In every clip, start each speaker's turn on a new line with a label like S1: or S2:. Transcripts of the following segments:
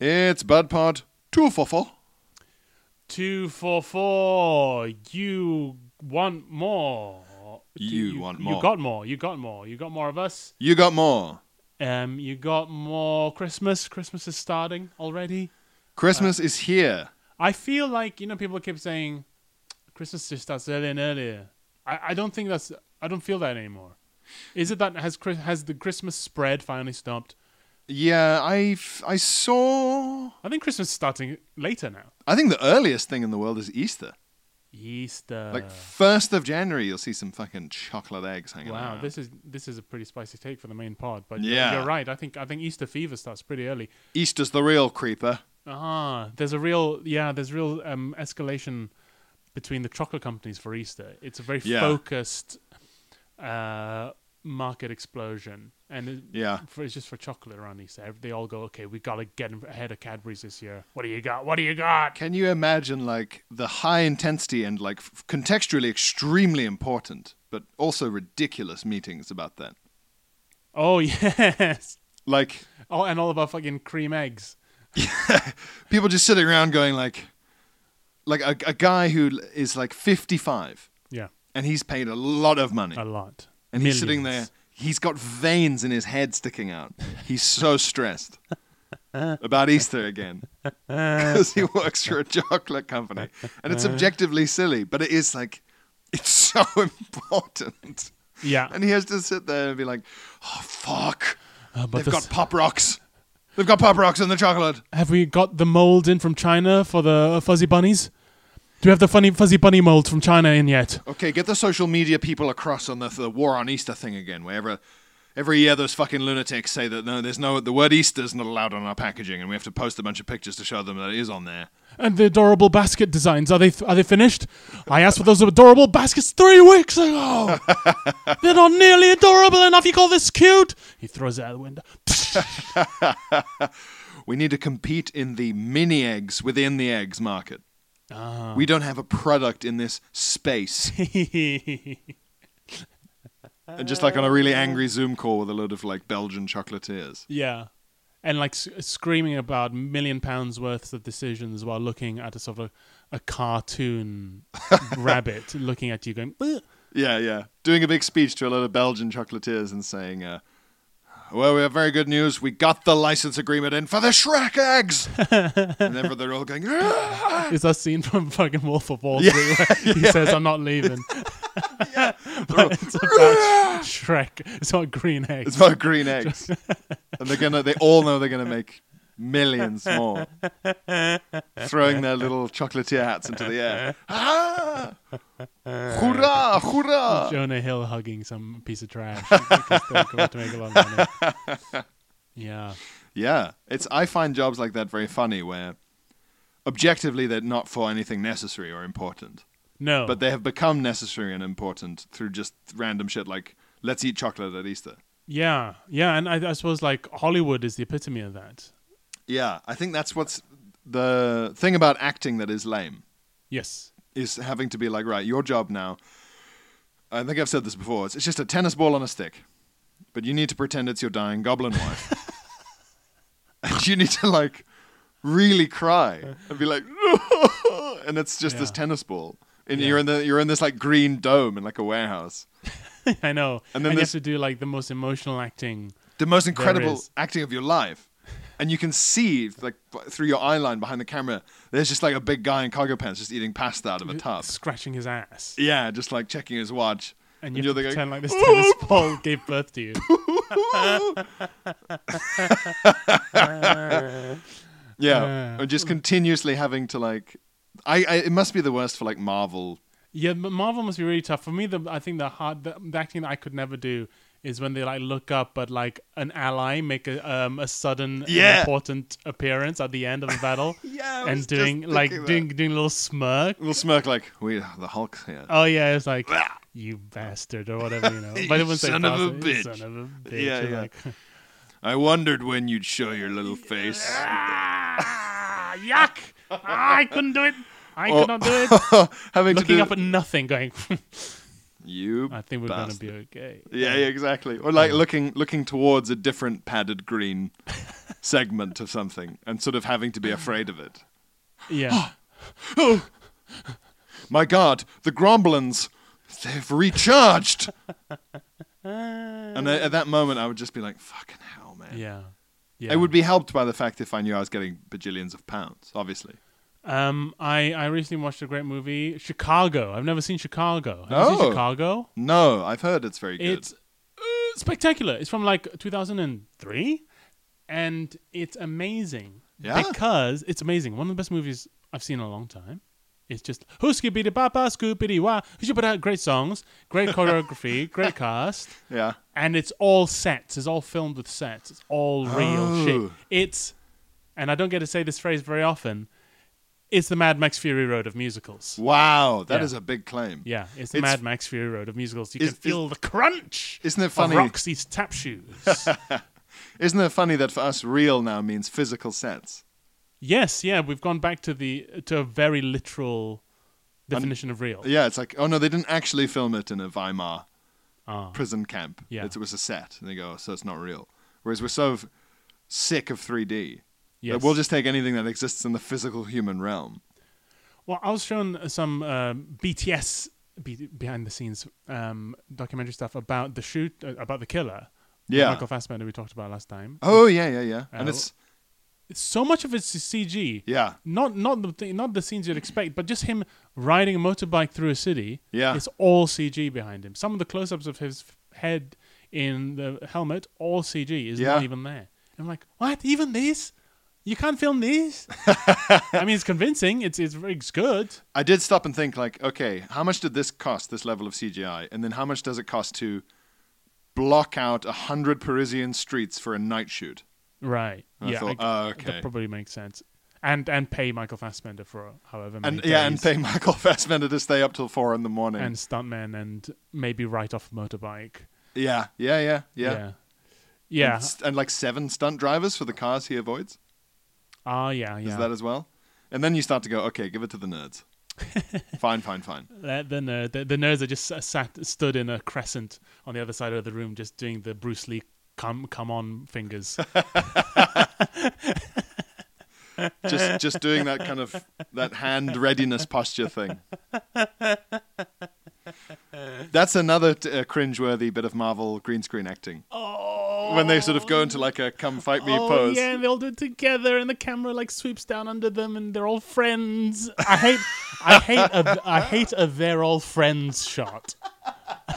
S1: It's Bad Pod 244.
S2: Two for four. You want more? Do
S1: You want more.
S2: You got more. You got more. You got more of us.
S1: You got more.
S2: Um, you got more Christmas. Christmas is starting already.
S1: Christmas is here.
S2: I feel like you know people keep saying Christmas just starts earlier and earlier. I, I don't think that's. I don't feel that anymore. Is it that has Chris- has the Christmas spread finally stopped?
S1: Yeah, I f- I saw.
S2: I think Christmas is starting later now.
S1: I think the earliest thing in the world is Easter.
S2: Easter.
S1: Like first of January, you'll see some fucking chocolate eggs hanging
S2: Wow,
S1: out.
S2: this is this is a pretty spicy take for the main pod, but
S1: Yeah.
S2: you're, you're right. I think I think Easter fever starts pretty early.
S1: Easter's the real creeper.
S2: Ah, there's a real yeah, there's real um, escalation between the chocolate companies for Easter. It's a very
S1: Yeah.
S2: focused uh, market explosion, and it,
S1: Yeah.
S2: for, it's just for chocolate around Easter. Ev- They all go, okay, we gotta get in ahead of Cadbury's this year. What do you got? What do you got?
S1: Can you imagine like the high intensity and like f- contextually extremely important, but also ridiculous meetings about that?
S2: Oh yes.
S1: Like
S2: Oh, and all about fucking cream eggs.
S1: people just sitting around going like, like a, a guy who l- is like 55
S2: Yeah,
S1: and he's paid a lot of money.
S2: a lot.
S1: And he's sitting there.
S2: Millions.
S1: He's got veins in his head sticking out. He's so stressed about Easter again because he works for a chocolate company, and it's objectively silly, but it is like it's so important.
S2: Yeah,
S1: And he has to sit there and be like, "Oh fuck!
S2: Uh, but
S1: They've
S2: this-
S1: got pop rocks. They've got pop rocks in the chocolate."
S2: Have we got the mold in from China for the uh, fuzzy bunnies? Do we have the funny fuzzy bunny mold from China in yet?
S1: Okay, get the social media people across on the, the war on Easter thing again, wherever. Every year, those fucking lunatics say that no, there's no the word Easter's not allowed on our packaging, and we have to post a bunch of pictures to show them that it is on there.
S2: And the adorable basket designs are they are they finished? I asked for those adorable baskets three weeks ago. They're not nearly adorable enough. You call this cute? He throws it out the window.
S1: We need to compete in the mini eggs within the eggs market. We don't have a product in this space. and just like on a really angry Zoom call with a load of like Belgian chocolatiers.
S2: yeah, and like s- screaming about million pounds worth of decisions while looking at a sort of a cartoon rabbit looking at you going. "Bleh."
S1: Yeah, yeah. Doing a big speech to a lot of Belgian chocolatiers and saying, uh, well, we have very good news. We got the license agreement in for the Shrek eggs. and then they're all going, "Ah!"
S2: Is that scene from fucking Wolf of Wall Street where he says, "I'm not leaving"? it's about Shrek. It's not Green
S1: it's
S2: Eggs.
S1: about green eggs. and they're gonna, they all know they're going to make millions more. Throwing their little chocolatier hats into the air. Ah! Hurrah! Hurrah!
S2: Jonah Hill hugging some piece of trash because they're going to make a lot of money. Yeah,
S1: Yeah, it's I find jobs like that very funny where objectively they're not for anything necessary or important,
S2: no,
S1: but they have become necessary and important through just random shit like let's eat chocolate at Easter.
S2: yeah, yeah, and I, I suppose like Hollywood is the epitome of that.
S1: Yeah, I think that's what's the thing about acting that is lame
S2: Yes,
S1: is having to be like right, your job now. I think I've said this before. It's, it's just a tennis ball on a stick, but you need to pretend it's your dying goblin wife, and you need to like really cry and be like, and it's just this
S2: Yeah.
S1: tennis ball, and
S2: Yeah.
S1: you're in the you're in this like green dome in like a warehouse.
S2: I know.
S1: And
S2: And
S1: then
S2: then you
S1: there's-
S2: have to do like the most emotional acting.
S1: The most
S2: There
S1: incredible
S2: is.
S1: acting of your life. And you can see, like, b- through your eye line behind the camera, there's just like a big guy in cargo pants just eating pasta out of a tub.
S2: Scratching his ass,
S1: Yeah, just like checking his watch.
S2: and you
S1: you're
S2: have to
S1: the guy-
S2: pretend like this tennis ball gave birth to you.
S1: Yeah,
S2: Uh,
S1: or just continuously having to like, I, I it must be the worst for like Marvel.
S2: Yeah, but Marvel must be really tough. For me, the I think the hard the, the acting that I could never do is when they like look up at like an ally make a um a sudden and
S1: Yeah.
S2: important appearance at the end of the battle.
S1: Yeah, I was
S2: and
S1: just
S2: doing like
S1: thinking that.
S2: doing doing a little smirk.
S1: We'll smirk like we the Hulk's here.
S2: Oh yeah, it's like you bastard or whatever you know. But it
S1: You
S2: was
S1: son
S2: like,
S1: of a
S2: "Bastard, you
S1: bitch."
S2: Son of a bitch.
S1: Yeah,
S2: You're
S1: yeah.
S2: Like,
S1: I wondered when you'd show your little face.
S2: ah, yuck! Ah, I couldn't do it. I
S1: Or-
S2: could not do it.
S1: having to
S2: Looking
S1: do
S2: up at nothing, going.
S1: You
S2: I think we're
S1: bastard.
S2: gonna be okay.
S1: Yeah, yeah, exactly. Or like looking looking towards a different padded green segment of something and sort of having to be afraid of it.
S2: Yeah.
S1: My god, the Gromblins they've recharged.
S2: Ah.
S1: and I- at that moment I would just be like fucking hell, man.
S2: yeah.
S1: It would be helped by the fact if I knew I was getting bajillions of pounds, obviously.
S2: Um, I I recently watched a great movie, Chicago. I've never seen Chicago. Have you seen
S1: Oh.
S2: Chicago?
S1: No, I've heard it's very good.
S2: It's uh, spectacular. It's from like 2003, and it's amazing.
S1: Yeah.
S2: Because it's amazing. One of the best movies I've seen in a long time. It's just Hooskibidi Papa Scoopity Wah. Hooshabada. Great songs, great choreography, great cast,
S1: yeah.
S2: and it's all sets. It's all filmed with sets. It's all real shit.
S1: Oh.
S2: It's, and I don't get to say this phrase very often. It's the Mad Max Fury Road of musicals.
S1: Wow, that
S2: Yeah.
S1: is a big claim.
S2: Yeah, it's the
S1: It's-
S2: Mad Max Fury Road of musicals. You
S1: Is-
S2: can feel the crunch.
S1: Isn't it
S2: of
S1: funny?
S2: Roxy's tap shoes.
S1: Isn't it funny that for us real now means physical sets?
S2: yes, yeah, we've gone back to the to a very literal definition of real.
S1: Yeah, it's like, oh no, they didn't actually film it in a Weimar
S2: Ah,
S1: prison camp.
S2: Yeah.
S1: It's, it was a set. And they go, oh, so it's not real. Whereas we're so f- sick of 3D. that
S2: yes.
S1: We'll just take anything that exists in the physical human realm.
S2: Well, I was shown uh, some um, BTS be- behind the scenes um, documentary stuff about the shoot uh, about the killer. with
S1: Yeah.
S2: Michael Fassbender we talked about last time.
S1: Oh, yeah, yeah, yeah. And
S2: Uh,
S1: it's,
S2: So much of it's CG.
S1: yeah,
S2: Not not the thing, not the scenes you'd expect, but just him riding a motorbike through a city.
S1: Yeah.
S2: it's all CG behind him. Some of the close-ups of his f- head in the helmet, all CG, is
S1: Yeah.
S2: not even there. I'm like, what? Even this? You can't film this? I mean, it's convincing. It's it's, it's good.
S1: I did stop and think, like, okay, how much did this cost, this level of CGI? And then how much does it cost to block out 100 Parisian streets for a night shoot?
S2: Right.
S1: And I
S2: yeah.
S1: thought,
S2: I-
S1: oh, okay.
S2: That probably makes sense. And and pay Michael Fassbender for however many
S1: And yeah, and
S2: days.
S1: pay Michael Fassbender to stay up till four in the morning.
S2: and stuntmen and maybe write off a motorbike.
S1: yeah, yeah, yeah, yeah.
S2: Yeah. Yeah.
S1: And, st- and like seven stunt drivers for the cars he avoids.
S2: Ah, yeah,
S1: Is
S2: yeah.
S1: that as well? And then you start to go, okay, give it to the nerds. fine, fine, fine.
S2: Let the nerd, the, the nerds are just s- sat, stood in a crescent on the other side of the room, just doing the Bruce Lee come, come on fingers.
S1: Just just doing that kind of that hand readiness posture thing. That's another t- uh, cringeworthy bit of Marvel green screen acting
S2: oh,
S1: when they sort of go into like a "come fight me"
S2: oh,
S1: pose.
S2: yeah, and they all do it together, and the camera like sweeps down under them, and they're all friends. I hate, I hate, a, I hate a they're all friends shot.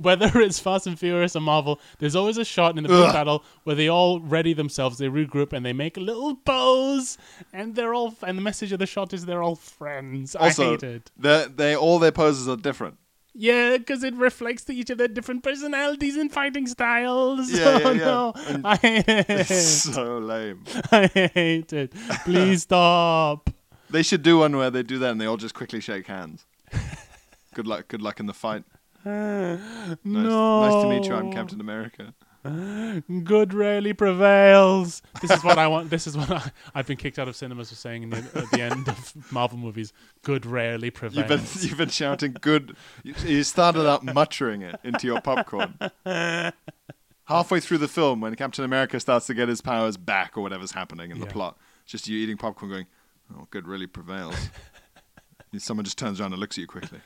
S2: Whether it's Fast and Furious or Marvel, there's always a shot in the big
S1: Ugh.
S2: battle where they all ready themselves, they regroup, and they make a little pose, and they're all. And the message of the shot is they're all friends. I
S1: Also,
S2: hate it.
S1: they they all their poses are different.
S2: Yeah, because it reflects to each of their different personalities and fighting styles.
S1: Yeah, yeah,
S2: oh,
S1: yeah.
S2: no.
S1: And-
S2: I hate
S1: It's
S2: it.
S1: so lame.
S2: I hate it. Please stop.
S1: They should do one where they do that and they all just quickly shake hands. good luck. Good luck in the fight. Nice,
S2: no.
S1: nice to meet you. I'm Captain America.
S2: Good rarely prevails. This is what I want. This is what I, I've been kicked out of cinemas for saying in the, at the end of Marvel movies. Good rarely
S1: You've been
S2: prevails.
S1: you've been shouting good. You, you started out muttering it into your popcorn. Halfway through the film, when Captain America starts to get his powers back or whatever's happening in the
S2: Yeah.
S1: plot, just you eating popcorn, going, "Oh, good really prevails." And someone just turns around and looks at you quickly,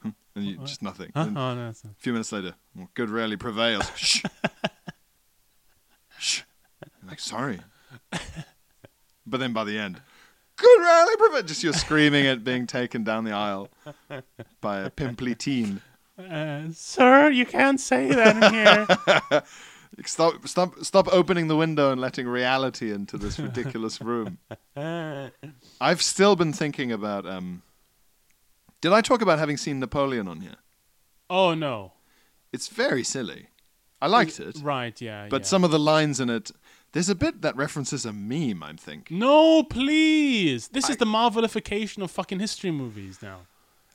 S1: Hmm. and you just nothing.
S2: Huh?
S1: And a
S2: Oh, no, that's not-
S1: few minutes later, "Oh, good really prevails. Shh. Shh. You're like sorry, but then by the end, good rally, prevent. Just you're screaming at being taken down the aisle by a pimply teen.
S2: Uh, sir, you can't say that in here.
S1: Stop, stop, stop opening the window and letting reality into this ridiculous room.
S2: Uh,
S1: I've still been thinking about. Um, did I talk about having seen Napoleon on here?
S2: oh no.
S1: It's very silly. I liked it,
S2: Right. Yeah.
S1: but
S2: yeah.
S1: some of the lines in it. There's a bit that references a meme. I think.
S2: No, please. This is the Marvelification of fucking history movies now.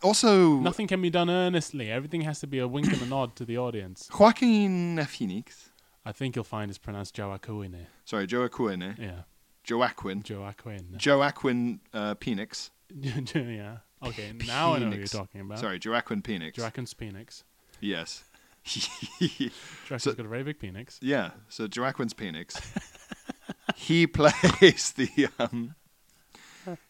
S1: Also,
S2: Nothing can be done earnestly. Everything has to be a wink and a nod to the audience.
S1: Joaquin Phoenix.
S2: I think you'll find it's pronounced Joaquin.
S1: Sorry, Joaquin. Eh?
S2: Yeah,
S1: Joaquin.
S2: Joaquin.
S1: Joaquin uh, Phoenix.
S2: yeah. Okay, now I know what you're
S1: Phoenix.
S2: talking about.
S1: Sorry, Joaquin Phoenix.
S2: Draken's penis.
S1: yes.
S2: Draken's
S1: So-
S2: got a very big penis.
S1: yeah. So Joaquin's Phoenix. he plays the. Um,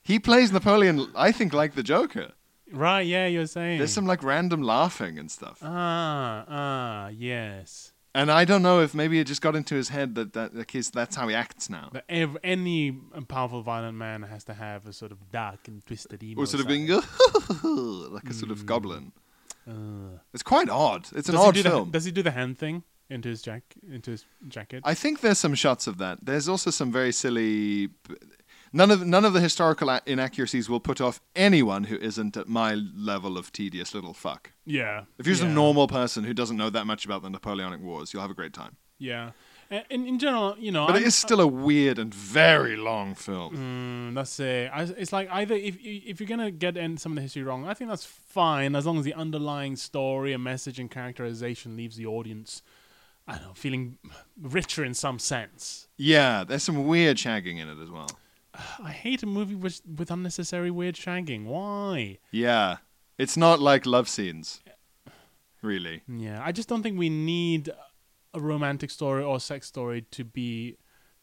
S1: he plays Napoleon. I think like the Joker.
S2: Right, yeah, you're saying.
S1: There's some like random laughing and stuff.
S2: Ah, ah, yes.
S1: And I don't know if maybe it just got into his head that that like his, that's how he acts now.
S2: That ev- any powerful, violent man has to have a sort of dark and twisted emo.
S1: or sort of
S2: side.
S1: being like a sort of goblin.
S2: Ugh.
S1: It's quite odd. It's an
S2: Does he
S1: odd
S2: do the-
S1: film.
S2: does he do the hand thing into his jack into his jacket?
S1: I think there's some shots of that. There's also some very silly. None of none of the historical a- inaccuracies will put off anyone who isn't at my level of tedious little fuck.
S2: yeah.
S1: If you're just
S2: yeah.
S1: a normal person who doesn't know that much about the Napoleonic Wars, you'll have a great time.
S2: Yeah. A- In, in general, you know,
S1: But
S2: I'm-
S1: it is still a weird and very long film.
S2: Mm, that's it. I, it's like either if you- if you're gonna get in some of the history wrong, I think that's fine as long as the underlying story, and message, and characterization leaves the audience, I don't know, feeling richer in some sense.
S1: Yeah, there's some weird shagging in it as well.
S2: I hate a movie with with unnecessary weird shagging. Why?
S1: Yeah, it's not like love scenes, really.
S2: Yeah, I just don't think we need a romantic story or sex story to be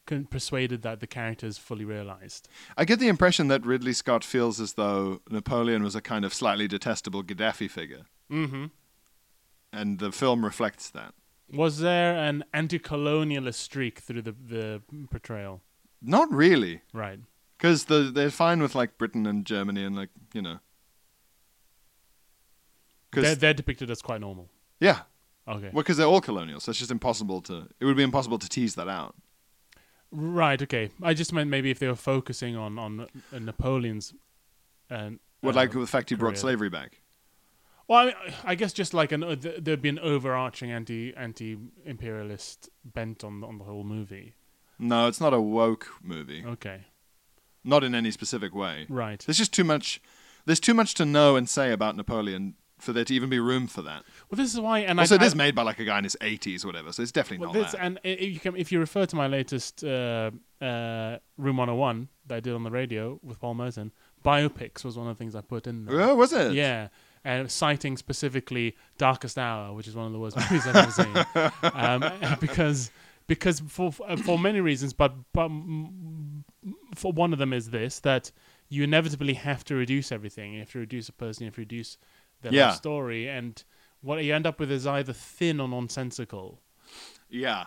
S2: con- persuaded that the character is fully realized.
S1: I get the impression that Ridley Scott feels as though Napoleon was a kind of slightly detestable Gaddafi figure,
S2: Mm-hmm.
S1: and the film reflects that.
S2: Was there an anti-colonialist streak through the the portrayal?
S1: Not really,
S2: Right.
S1: because the, they're fine with like Britain and Germany and like you know,
S2: They're,
S1: because
S2: they're depicted as quite normal.
S1: yeah,
S2: Okay.
S1: well, because they're all colonial, so it's just impossible to. It would be impossible to tease that out.
S2: Right. Okay. I just meant maybe if they were focusing on on uh, Napoleon's. Uh,
S1: What
S2: uh,
S1: like the fact he brought
S2: Korea.
S1: slavery back?
S2: Well, I, mean, I guess just like an uh, th- there'd be an overarching anti anti imperialist bent on on the whole movie.
S1: No, it's not a woke movie,
S2: Okay.
S1: not in any specific way.
S2: Right.
S1: There's just too much. There's too much to know and say about Napoleon for there to even be room for that.
S2: Well, this is why. And
S1: also,
S2: I,
S1: it is
S2: I,
S1: made by like a guy in his 80s or whatever, so it's definitely
S2: well,
S1: not
S2: this
S1: that.
S2: and i- if you can, if you refer to my latest uh, uh, Room 101 that I did on the radio with Paul Merton, biopics was one of the things I put in there.
S1: Oh, was it?
S2: Yeah. Uh, citing specifically Darkest Hour, which is one of the worst movies I've ever seen, um, because because for uh, for many reasons, but but mm, for one of them is this that you inevitably have to reduce everything. You have to reduce a person. You have to reduce their
S1: Yeah.
S2: life story, and what you end up with is either thin or nonsensical.
S1: Yeah.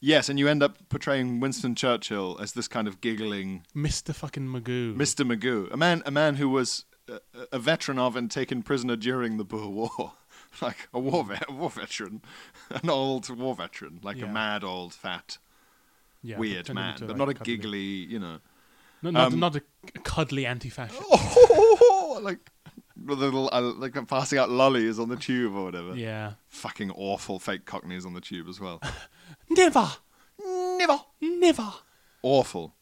S1: Yes, and you end up portraying Winston Churchill as this kind of giggling
S2: Mister fucking Magoo.
S1: Mr. Magoo, a man, a man who was a, a veteran of and taken prisoner during the Boer War, like a war, vet, a war veteran, an old war veteran, like
S2: Yeah.
S1: a mad old fat
S2: Yeah,
S1: weird
S2: turned him
S1: man,
S2: into,
S1: but
S2: like,
S1: not a
S2: cuddly-
S1: giggly, you know.
S2: No, not,
S1: um,
S2: not a cuddly anti-fascist.
S1: Oh, like with the little, uh, like passing out lollies on the tube or whatever.
S2: Yeah,
S1: Fucking awful fake cockneys on the tube as well.
S2: never,
S1: Never.
S2: never.
S1: Awful.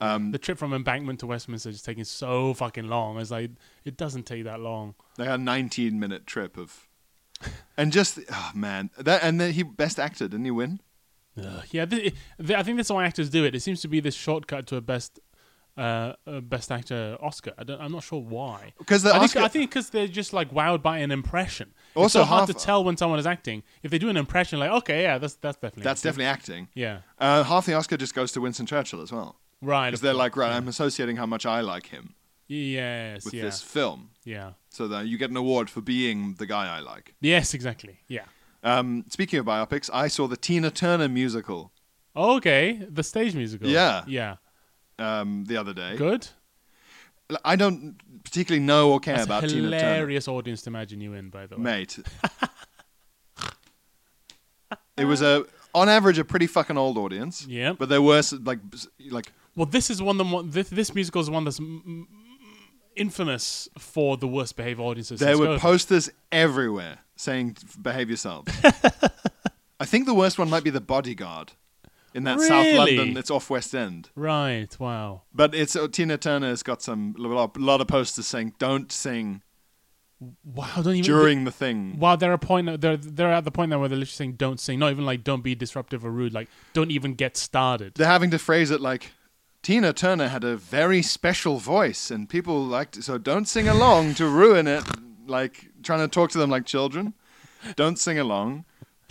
S1: Um,
S2: the trip from Embankment to Westminster is taking so fucking long. It's like it doesn't take that long.
S1: They had a 19 minute trip of, and just oh man, that and then he best actor didn't he win?
S2: Ugh. Yeah, th- th- I think that's why actors do it. It seems to be this shortcut to a best, uh, a best actor Oscar. I don't, I'm not sure why.
S1: Because the
S2: I think
S1: Oscar,
S2: I think because they're just like wowed by an impression. it's
S1: Also
S2: so hard
S1: half- uh,
S2: to tell when someone is acting. If they do an impression, like okay, yeah, that's that's definitely
S1: that's
S2: acting.
S1: definitely acting.
S2: yeah,
S1: Uh, half the Oscar just goes to Winston Churchill as well
S2: right.
S1: because
S2: of
S1: they're
S2: course.
S1: like, right, I'm associating how much I like him
S2: yes,
S1: with
S2: yeah,
S1: this film,
S2: yeah,
S1: so that you get an award for being the guy I like.
S2: yes, exactly, yeah.
S1: Um, speaking of biopics, I saw the Tina Turner musical
S2: Okay, the stage musical.
S1: Yeah.
S2: yeah,
S1: um, the other day.
S2: good.
S1: L- I don't particularly know or care
S2: That's
S1: about
S2: a
S1: Tina Turner.
S2: hilarious audience to imagine you in, by the way.
S1: mate. it was a, on average, a pretty fucking old audience.
S2: Yeah.
S1: but there were s- like, s- like
S2: well, this is one. The one this, this musical is one that's m- m- infamous for the worst behaved audiences.
S1: there
S2: since
S1: were
S2: COVID.
S1: posters everywhere saying "Behave yourself." I think the worst one might be the Bodyguard, in that South
S2: Really?
S1: London. It's off West End,
S2: right. Wow.
S1: but it's uh, Tina Turner's got some a lot of posters saying "Don't sing
S2: Wow. Don't even.
S1: during the thing."
S2: wow, they're a point. now- They're they're at the point now where they're literally saying, "Don't sing." Not even like, "Don't be disruptive or rude." Like, "Don't even get started."
S1: They're having to phrase it like Tina Turner had a very special voice, and people liked it. So don't sing along to ruin it. Like trying to talk to them like children. Don't sing along.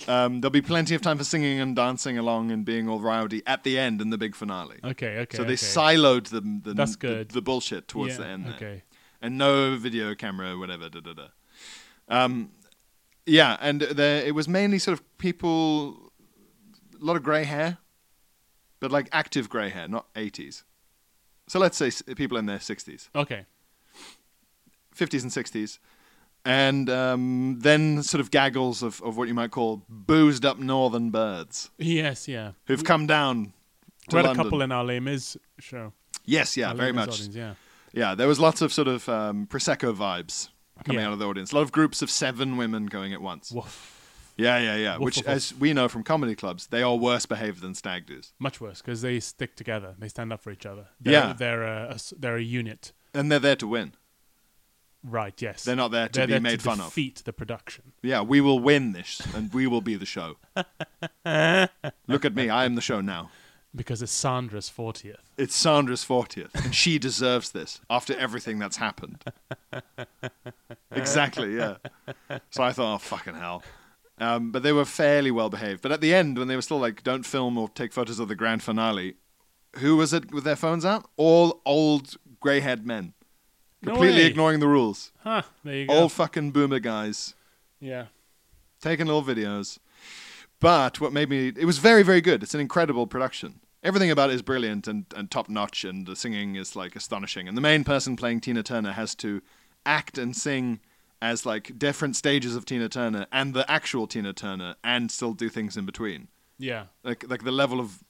S1: Um, there'll be plenty of time for singing and dancing along and being all rowdy at the end in the big finale.
S2: Okay, okay.
S1: so they
S2: okay.
S1: siloed the the,
S2: That's
S1: the-
S2: good.
S1: the bullshit towards
S2: Yeah,
S1: the end. There.
S2: Okay.
S1: and no video camera, whatever. Da, da, da. Um, yeah, and there, it was mainly sort of people, a lot of grey hair, but like active grey hair, not 80s. So let's say s- people in their 60s,
S2: Okay.
S1: 50s and 60s, and um, then sort of gaggles of, of what you might call boozed up northern birds
S2: Yes, yeah.
S1: who've come down to
S2: we had
S1: London.
S2: a couple in our Les Mis show.
S1: yes, yeah,
S2: Our
S1: very
S2: Les Mis
S1: much.
S2: audience, yeah.
S1: Yeah, there was lots of sort of um, prosecco vibes coming
S2: Yeah.
S1: out of the audience. A lot of groups of seven women going at once.
S2: Woof.
S1: Yeah, yeah, yeah.
S2: Woof,
S1: Which,
S2: woof, woof.
S1: as we know from comedy clubs, they are worse behaved than stag do's,
S2: Much worse because they stick together. They stand up for each other. They're,
S1: Yeah.
S2: They're a, a s- they're a unit.
S1: and they're there to win.
S2: Right. Yes.
S1: They're not there to
S2: They're
S1: be
S2: there
S1: made
S2: to
S1: fun of.
S2: defeat the production.
S1: Yeah, we will win this, and we will be the show. Look at me, I am the show now.
S2: Because it's Sandra's fortieth.
S1: It's Sandra's fortieth, and she deserves this after everything that's happened. Exactly, yeah. So I thought, oh fucking hell. Um, but they were fairly well behaved. But at the end, when they were still like, don't film or take photos of the grand finale, who was it with their phones out? All old grey-haired men,
S2: No
S1: completely
S2: way.
S1: ignoring the rules.
S2: Huh. There you go.
S1: All fucking boomer guys
S2: yeah.
S1: taking little videos. But what made me it was very, very good. It's an incredible production. Everything about it is brilliant and, and top notch and the singing is like astonishing. And the main person playing Tina Turner has to act and sing as like different stages of Tina Turner and the actual Tina Turner and still do things in between.
S2: Yeah.
S1: Like like the level of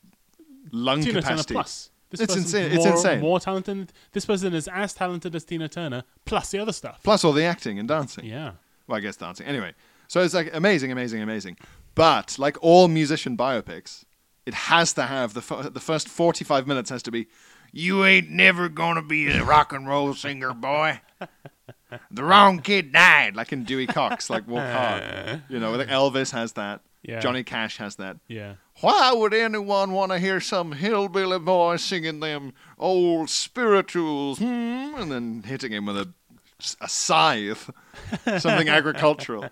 S1: lung
S2: Tina
S1: capacity.
S2: Turner plus. This
S1: It's
S2: person's
S1: insane- it's
S2: more,
S1: insane.
S2: More talented. This person is as talented as Tina Turner plus the other stuff.
S1: Plus all the acting and dancing.
S2: Yeah.
S1: Well, I guess dancing. Anyway, so it's like amazing, amazing, amazing. But like all musician biopics, it has to have the f- the first forty five minutes has to be, you ain't never gonna be a rock and roll singer, boy. The wrong kid died, like in Dewey Cox, like Walk Hard. You know, like Elvis has that.
S2: Yeah.
S1: Johnny Cash has that.
S2: Yeah.
S1: Why would anyone want to hear some hillbilly boy singing them old spirituals, hmm, and then hitting him with a, a scythe, something agricultural?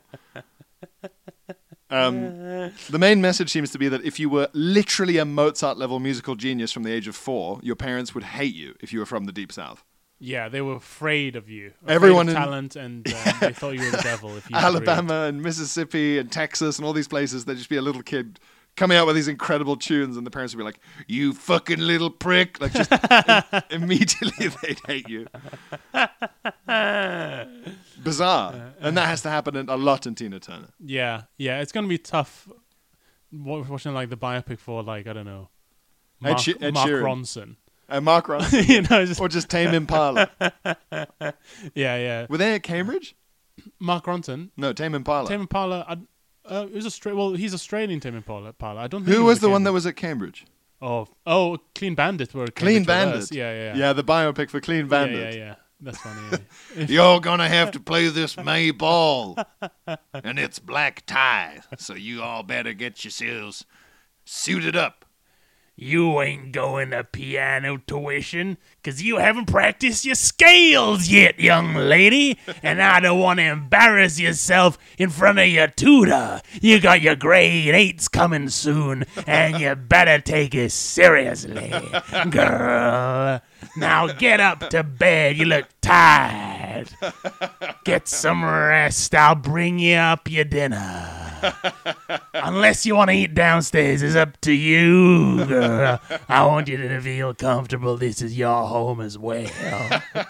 S1: Um, the main message seems to be that if you were literally a Mozart level musical genius from the age of four, your parents would hate you if you were from the Deep South.
S2: Yeah, they were afraid of you. Afraid
S1: Everyone
S2: of
S1: in-
S2: talent, and um, they thought you were the devil. If you
S1: Alabama and Mississippi and Texas and all these places, there'd just be a little kid coming out with these incredible tunes, and the parents would be like, "You fucking little prick!" Like just im- immediately they'd hate you. Bizarre, and that has to happen in- a lot in Tina Turner.
S2: agreed. Yeah, yeah, it's gonna be tough. wa- Watching like the biopic for like I don't know,
S1: Ed
S2: Mark,
S1: She- Ed
S2: Mark
S1: Sheeran.
S2: Ronson.
S1: And Mark Ronson,
S2: you know, just,
S1: or just Tame Impala.
S2: yeah, yeah.
S1: Were they at Cambridge?
S2: Mark Ronson,
S1: No, Tame Impala.
S2: Tim Impala. I- Uh, it was Austra- Well, he's Australian. Tim Impala. Impala. I don't. Think
S1: Who
S2: he
S1: was the one that
S2: Cambridge-
S1: was at Cambridge?
S2: Oh, oh, Clean Bandit were
S1: Clean
S2: Cambridge with
S1: Bandit.
S2: us. Yeah, yeah, yeah.
S1: Yeah, the biopic for Clean Bandit.
S2: Yeah, yeah, yeah. That's funny. Yeah.
S1: You're gonna have to play this May ball, and it's black tie, so you all better get yourselves suited up.
S2: You ain't going to piano tuition because you haven't practiced your scales yet, young lady. And I don't want to embarrass yourself in front of your tutor. You got your grade eights coming soon, and you better take it seriously, girl. Now get up to bed. You look tired. Get some rest. I'll bring you up your dinner. Unless you want to eat downstairs, it's up to you, girl. I want you to feel comfortable. This is your home as well.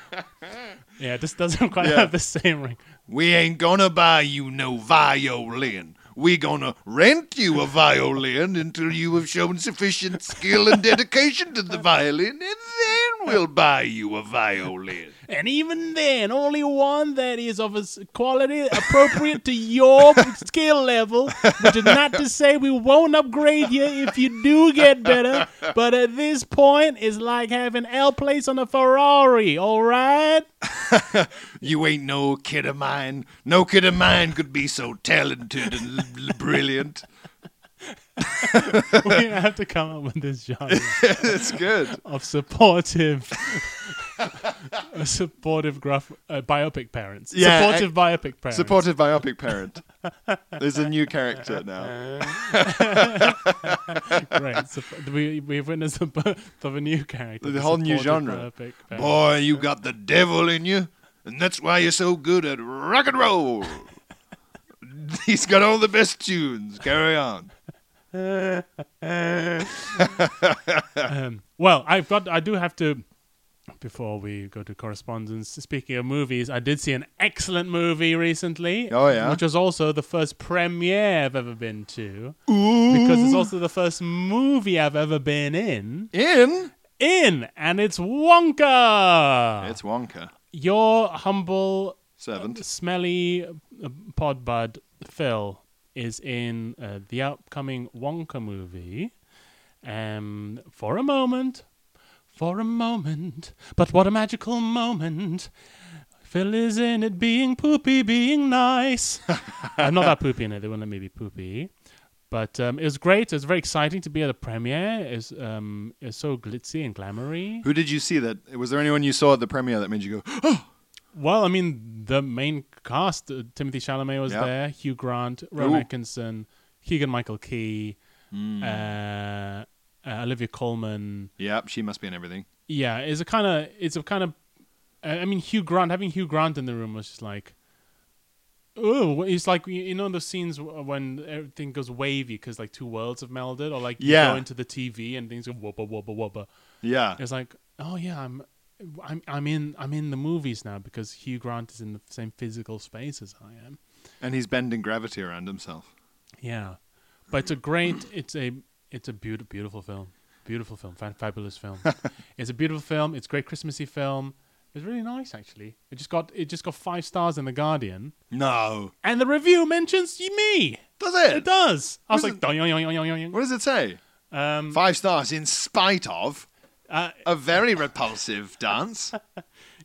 S2: yeah, this doesn't quite
S1: Yeah. have
S2: the same ring.
S1: We ain't gonna buy you no violin. We gonna rent you a violin until you have shown sufficient skill and dedication to the violin, and then we'll buy you a violin.
S2: And even then, only one that is of a s- quality appropriate to your skill level, which is not to say we won't upgrade you if you do get better, but at this point, it's like having L place on a Ferrari, all right?
S1: You ain't no kid of mine. No kid of mine could be so talented and l- l- brilliant.
S2: we have to come up with this genre
S1: it's good.
S2: of supportive, a supportive graph, uh, biopic parents.
S1: Yeah,
S2: supportive biopic parents.
S1: Supported biopic parent. There's a new character now.
S2: Great. Sup- we we've witnessed the birth of a new character.
S1: The
S2: a
S1: whole new
S2: supportive
S1: genre.
S2: biopic parent.
S1: Boy, you got the devil in you, and that's why you're so good at rock and roll. He's got all the best tunes. Carry on.
S2: Um, well, I've got. I do have to. Before we go to correspondence, speaking of movies, I did see an excellent movie recently.
S1: Oh, yeah?
S2: which was also the first premiere I've ever been to
S1: Ooh.
S2: because it's also the first movie I've ever been in.
S1: In
S2: In and it's Wonka,
S1: Ah. it's Wonka.
S2: your humble,
S1: Servant.
S2: smelly uh, pod bud Phil is in uh, the upcoming Wonka movie. Um, for a moment, for a moment, but what a magical moment! Phil is in it, being poopy, being nice. I'm not that poopy in it. They wouldn't let me be poopy. But um, it was great. It was very exciting to be at a premiere. It was, um, it was so glitzy and glamory.
S1: Who did you see that? Was there anyone you saw at the premiere that made you go, oh,
S2: Well, I mean, the main cast: uh, Timothy Chalamet was
S1: Yeah.
S2: there, Hugh Grant, Rowan Atkinson, Keegan Michael Key,
S1: Hmm.
S2: uh, uh, Olivia Colman.
S1: yep, she must be in everything.
S2: Yeah, it's a kind of, it's a kind of. I I mean, Hugh Grant having Hugh Grant in the room was just like, oh, it's like you you know those scenes w- when everything goes wavy because like two worlds have melded, or like you
S1: Yeah.
S2: go into the TV and things go wubba wubba wubba.
S1: Yeah.
S2: It's like, oh yeah, I'm, I'm, I'm in, I'm in the movies now because Hugh Grant is in the same physical space as I am.
S1: And he's bending gravity around himself.
S2: Yeah, but it's a great, it's a, it's a beautiful, beautiful film, beautiful film, fan, fabulous film. it's a beautiful film. It's a great Christmassy film. It's really nice actually. It just got, it just got five stars in the Guardian,
S1: No.
S2: and the review mentions me.
S1: Does
S2: It
S1: it?
S2: does. I was
S1: Was
S2: like, "Doing, doing, doing, doing, doing."
S1: What does it say?
S2: um,
S1: Five stars in spite of
S2: uh,
S1: a very repulsive dance.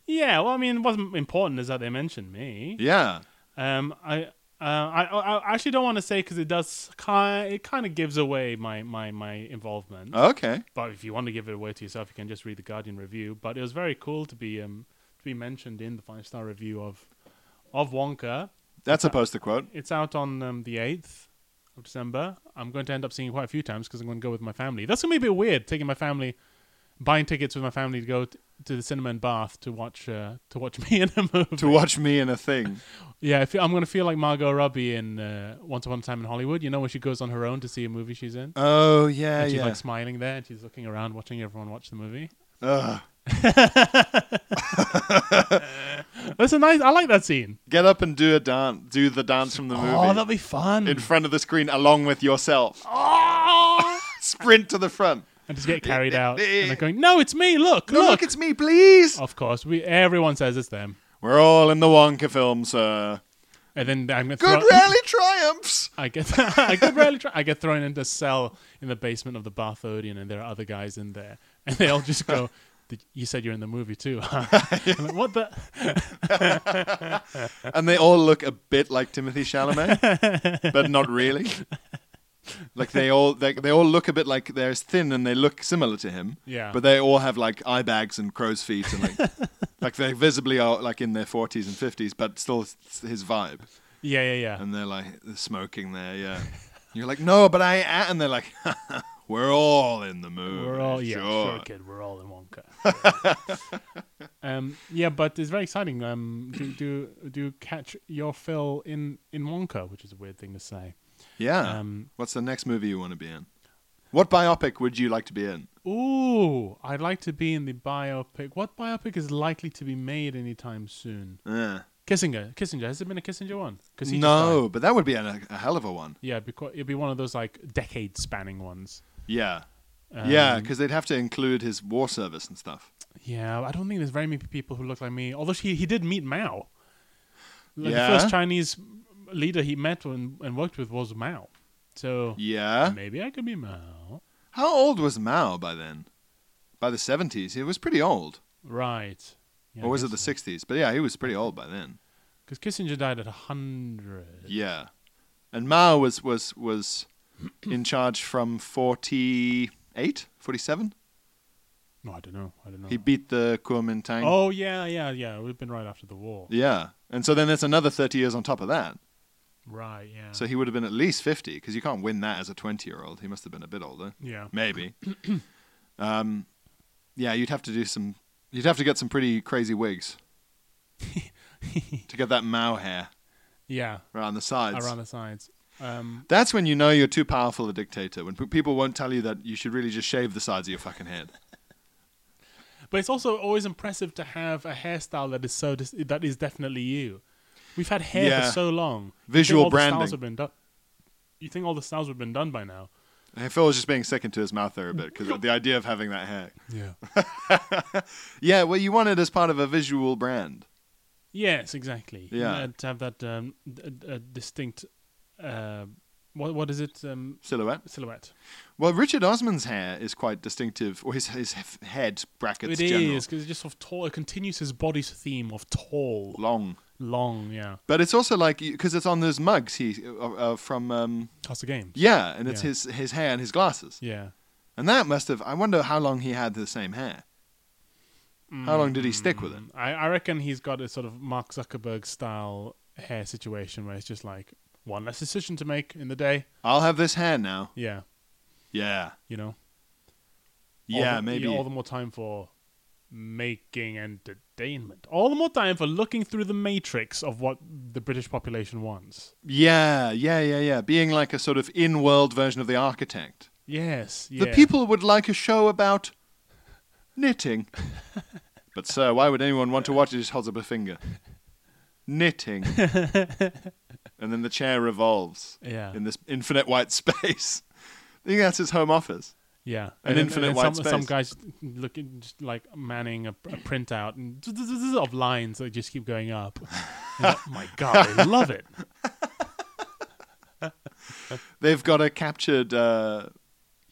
S2: yeah. Well, I mean, it wasn't important is that they mentioned me.
S1: Yeah.
S2: Um, I, uh, I, I I actually don't want to say because it does kind it kind of gives away my my my involvement.
S1: Okay.
S2: but if you want to give it away to yourself, you can just read the Guardian review. But it was very cool to be um to be mentioned in the five star review of of Wonka.
S1: That's a poster quote.
S2: It's out on um, the eighth of December. I'm going to end up seeing it quite a few times because I'm going to go with my family. That's gonna be a bit weird taking my family, buying tickets with my family to go t- to the cinema in Bath to watch uh, to watch me in a movie.
S1: To watch me in a thing.
S2: Yeah, I feel, I'm gonna feel like Margot Robbie in uh, Once Upon a Time in Hollywood. You know when she goes on her own to see a movie she's in,
S1: Oh yeah,
S2: and she's
S1: yeah.
S2: like smiling there, and she's looking around, watching everyone watch the movie.
S1: Ugh.
S2: That's a nice. I like that scene.
S1: Get up and do a dance. Do the dance from the movie
S2: Oh, that'd be fun.
S1: in front of the screen, along with yourself.
S2: oh!
S1: Sprint to the front.
S2: and just get carried out, and they're going, "No, it's me! Look,
S1: No, look,
S2: look!"
S1: it's me, please.
S2: of course, we everyone says it's them,
S1: We're all in the Wonka film, sir.
S2: and then I'm gonna
S1: Good
S2: throw-
S1: rally triumphs.
S2: I get I get really try- I get thrown into a cell in the basement of the Bath Odeon, and there are other guys in there, and they all just go. "Did- You said you're in the movie too. huh?" I'm like, what the?
S1: And they all look a bit like Timothy Chalamet, but not really. Like they all they, they all look a bit like they're thin and they look similar to him.
S2: Yeah.
S1: But they all have like eye bags and crow's feet and like like they visibly are like in their forties and fifties, but still it's his vibe.
S2: Yeah, yeah, yeah.
S1: And they're like they're smoking there, yeah. And you're like, no, but I am. and they're like, we're all in the mood.
S2: We're all yeah, sure. kid. We're all in Wonka. um, yeah, but it's very exciting. Um, do do do catch your fill in in Wonka, which is a weird thing to say.
S1: Yeah.
S2: Um,
S1: What's the next movie you want to be in? What biopic would you like to be in?
S2: Ooh, I'd like to be in the biopic. What biopic is likely to be made anytime soon?
S1: Yeah.
S2: Kissinger, Kissinger. Has there been a Kissinger one? Because
S1: No, but that would be a, a hell of a one.
S2: yeah, because it'd be one of those like decade spanning ones.
S1: Yeah. Yeah,
S2: Um,
S1: yeah, because they'd have to include his war service and stuff.
S2: Yeah, I don't think there's very many people who look like me. Although he he did meet Mao. Like
S1: Yeah.
S2: The first Chinese leader he met and, and worked with was Mao. So
S1: Yeah.
S2: maybe I could be Mao.
S1: How old was Mao by then? By the 70s. He was pretty old.
S2: Right. Yeah,
S1: or was it the 60s? But yeah, he was pretty old by then.
S2: Because Kissinger died at 100.
S1: Yeah. And Mao was was was in charge from 48, 47.
S2: No, I don't know. I don't know.
S1: He beat the Kuomintang.
S2: oh yeah, yeah, yeah. We've been right after the war.
S1: Yeah. And so then that's another 30 years on top of that.
S2: Right. Yeah.
S1: So he would have been at least 50 because you can't win that as a 20 year old. He must have been a bit older.
S2: yeah.
S1: Maybe. um, yeah, you'd have to do some, you'd have to get some pretty crazy wigs to get that Mao hair
S2: yeah.
S1: around the sides.
S2: Around the sides. Um,
S1: That's when you know you're too powerful a dictator, when p- people won't tell you that you should really just shave the sides of your fucking head.
S2: But it's also always impressive to have a hairstyle that is so dis- that is definitely you. We've had hair
S1: Yeah.
S2: for so long. You'd think
S1: Visual
S2: all The
S1: branding.
S2: styles have been done. You think all the styles would have been done by now?
S1: And Phil was just being second to his mouth there a bit because the idea of having that hair.
S2: Yeah.
S1: Yeah, well, you want it as part of a visual brand.
S2: yes, exactly.
S1: Yeah.
S2: to have that um, d- d- uh, distinct. Uh, what what is it? Um,
S1: Silhouette.
S2: silhouette.
S1: Well, Richard Osman's hair is quite distinctive, or his his he- head brackets
S2: It is 'cause
S1: general
S2: because it's just sort of tall. It continues his body's theme of tall,
S1: long,
S2: long. Yeah.
S1: but it's also like because it's on those mugs he uh, uh, from um,
S2: Cost of games.
S1: yeah, and it's
S2: Yeah.
S1: his his hair and his glasses,
S2: Yeah.
S1: and that must have. I wonder how long he had the same hair. How long did he stick with it?
S2: Mm, I, I reckon he's got a sort of Mark Zuckerberg style hair situation where it's just like one less decision to make in the day.
S1: I'll have this hair now.
S2: Yeah,
S1: Yeah,
S2: you know. All
S1: yeah,
S2: the-
S1: maybe.
S2: all the more time for making entertainment. All the more time for looking through the matrix of what the British population wants.
S1: yeah, yeah, yeah, yeah. Being like a sort of in-world version of the architect.
S2: Yes.
S1: The
S2: yeah.
S1: people would like a show about knitting. but, sir, why would anyone want to watch it? Just holds up a finger. Knitting. and then the chair revolves
S2: Yeah.
S1: in this infinite white space. I think that's his home office.
S2: Yeah.
S1: An
S2: then-
S1: infinite
S2: then
S1: white
S2: some, Some
S1: space.
S2: guys looking just like manning a, a printout and of lines that just keep going up. And, oh my god, I love it.
S1: They've got a captured uh,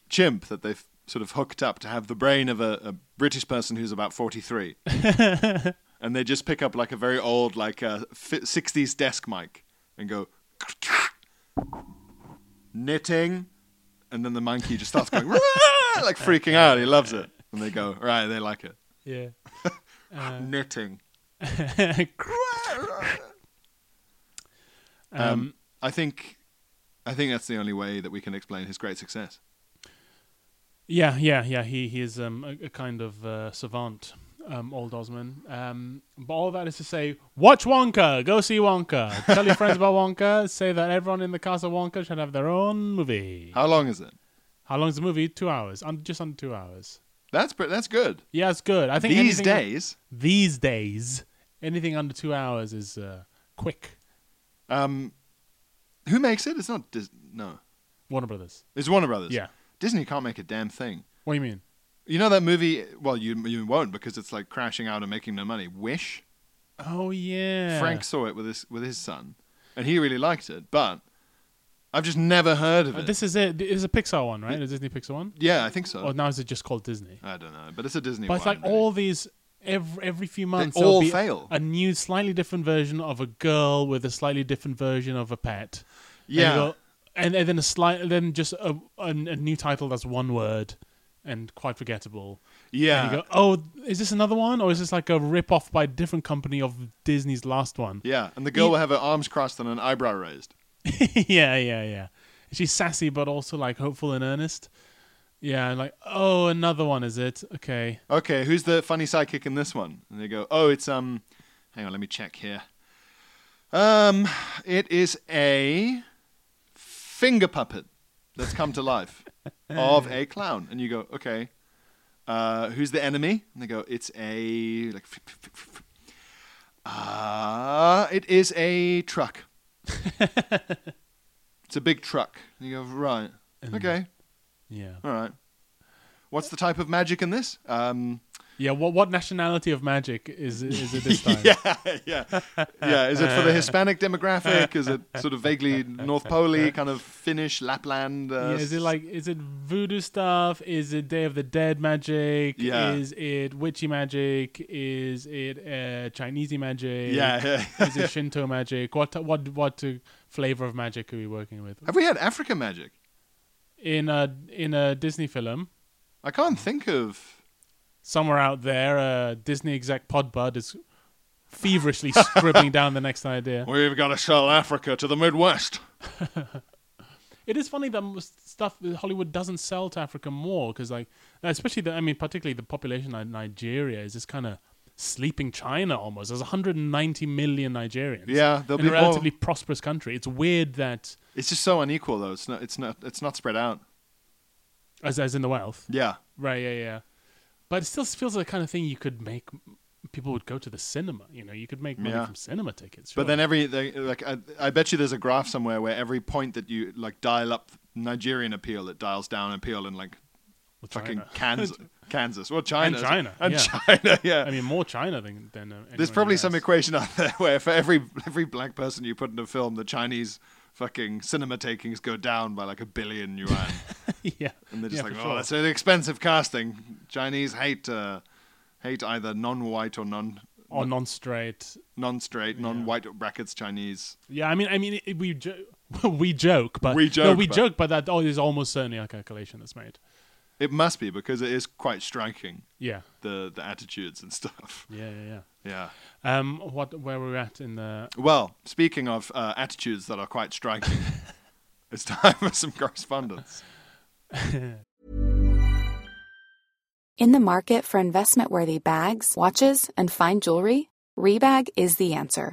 S1: chimp that they've sort of hooked up to have the brain of a, a British person who's about 43. and they just pick up like a very old, like uh, fi 60s desk mic and go knitting. And then the monkey just starts going like freaking out. He loves it. And they go, right, they like it.
S2: Yeah.
S1: knitting.
S2: um,
S1: I think. I think that's the only way that we can explain his great success.
S2: yeah, yeah, yeah. He he is um, a, a kind of uh, savant, um, old Osman. Um, but all that is to say, watch Wonka. Go see Wonka. Tell your friends about Wonka. Say that everyone in the cast of Wonka should have their own movie.
S1: How long is it?
S2: How long is the movie? Two hours. Un- just under two hours.
S1: That's pre- that's good.
S2: Yeah, it's good. I think
S1: These
S2: anything-
S1: days,
S2: These days, anything under two hours is uh, quick.
S1: Um, who makes it? It's not Dis- no.
S2: Warner Brothers.
S1: It's Warner Brothers.
S2: Yeah.
S1: Disney can't make a damn thing.
S2: What do you mean?
S1: You know that movie? Well, you you won't because it's like crashing out and making no money. Wish.
S2: Oh yeah.
S1: Frank saw it with his with his son, and he really liked it. But I've just never heard of
S2: Uh,
S1: it.
S2: this is it. It's a Pixar one, right? A Disney Pixar one.
S1: yeah, I think so.
S2: Or now is it just called Disney?
S1: I don't know, but it's a Disney.
S2: Oh, But it's
S1: one,
S2: like
S1: really.
S2: all these every every few months
S1: all
S2: there'll be
S1: fail.
S2: A new, slightly different version of a girl with a slightly different version of a pet. And you
S1: Yeah.
S2: go- And, and then a slight, then just a, a, a new title that's one word and quite forgettable.
S1: Yeah.
S2: And you go, oh, is this another one, or is this like a rip off by a different company of Disney's last one?
S1: yeah, and the girl
S2: You-
S1: will have her arms crossed and an eyebrow raised.
S2: yeah, yeah, yeah. She's sassy but also like hopeful and earnest. Yeah, and like oh, another one is it? Okay.
S1: Okay, who's the funny sidekick in this one? And they go, oh, it's um, hang on, let me check here. Um, it is a finger puppet that's come to life of a clown, and you go, okay, uh, who's the enemy? And they go, it's a like, flip, flip, flip, flip, flip. uh, it is a truck. it's a big truck. And you go, right, okay,
S2: Yeah.
S1: all right. What's the type of magic in this? Um.
S2: Yeah. What what nationality of magic is is it this time?
S1: yeah, yeah, yeah. Is it for the Hispanic demographic? Is it sort of vaguely North Pole kind of Finnish Lapland? Uh,
S2: Yeah, is it like is it voodoo stuff? Is it Day of the Dead magic?
S1: Yeah.
S2: Is it witchy magic? Is it uh, Chinesey magic?
S1: Yeah, yeah.
S2: is it Shinto magic? What what what uh, flavor of magic are we working with?
S1: Have we had Africa magic?
S2: in a in a Disney film.
S1: I can't think of.
S2: Somewhere out there, a Disney exec Podbud is feverishly scribbling down the next idea.
S1: We've got to sell Africa to the Midwest.
S2: It is funny that m- stuff that Hollywood doesn't sell to Africa more because, like, especially the I mean, particularly the population in Nigeria is this kind of sleeping China almost. There's 190 million Nigerians.
S1: Yeah, there'll
S2: in
S1: be
S2: a
S1: more-
S2: relatively prosperous country. It's weird that
S1: It's just so unequal, though. It's not. It's not. It's not spread out.
S2: as as in the wealth,
S1: Yeah.
S2: right? Yeah, yeah. But it still feels like the kind of thing you could make. People would go to the cinema. You know, you could make money
S1: Yeah.
S2: from cinema tickets.
S1: But
S2: surely.
S1: then every they, like I, I bet you there's a graph somewhere where every point that you like dial up Nigerian appeal, it dials down appeal in like
S2: With
S1: fucking
S2: China.
S1: Kansas, Kansas, well China,
S2: China,
S1: and
S2: yeah.
S1: China, yeah.
S2: I mean, more China than than. Uh,
S1: there's
S2: anywhere
S1: probably
S2: else.
S1: some equation out there where for every every black person you put in a film, the Chinese fucking cinema takings go down by like a billion yuan,
S2: yeah,
S1: and they're just
S2: yeah,
S1: like,
S2: for
S1: oh,
S2: sure.
S1: that's an expensive casting. Chinese hate uh, hate either non-white or non
S2: or non-straight.
S1: non-straight, non-white brackets Chinese.
S2: Yeah, I mean, I mean, it- it, we jo- we joke, but
S1: We
S2: no,
S1: joke,
S2: we
S1: but-
S2: joke, but that oh, is almost certainly a calculation that's made.
S1: It must be because it is quite striking.
S2: Yeah,
S1: the the attitudes and stuff.
S2: yeah, yeah,
S1: Yeah.
S2: yeah. Um, what where we're at in the
S1: Well, speaking of uh, attitudes that are quite striking, it's time for some correspondence.
S3: In the market for investment worthy bags, watches, and fine jewelry, Rebag is the answer.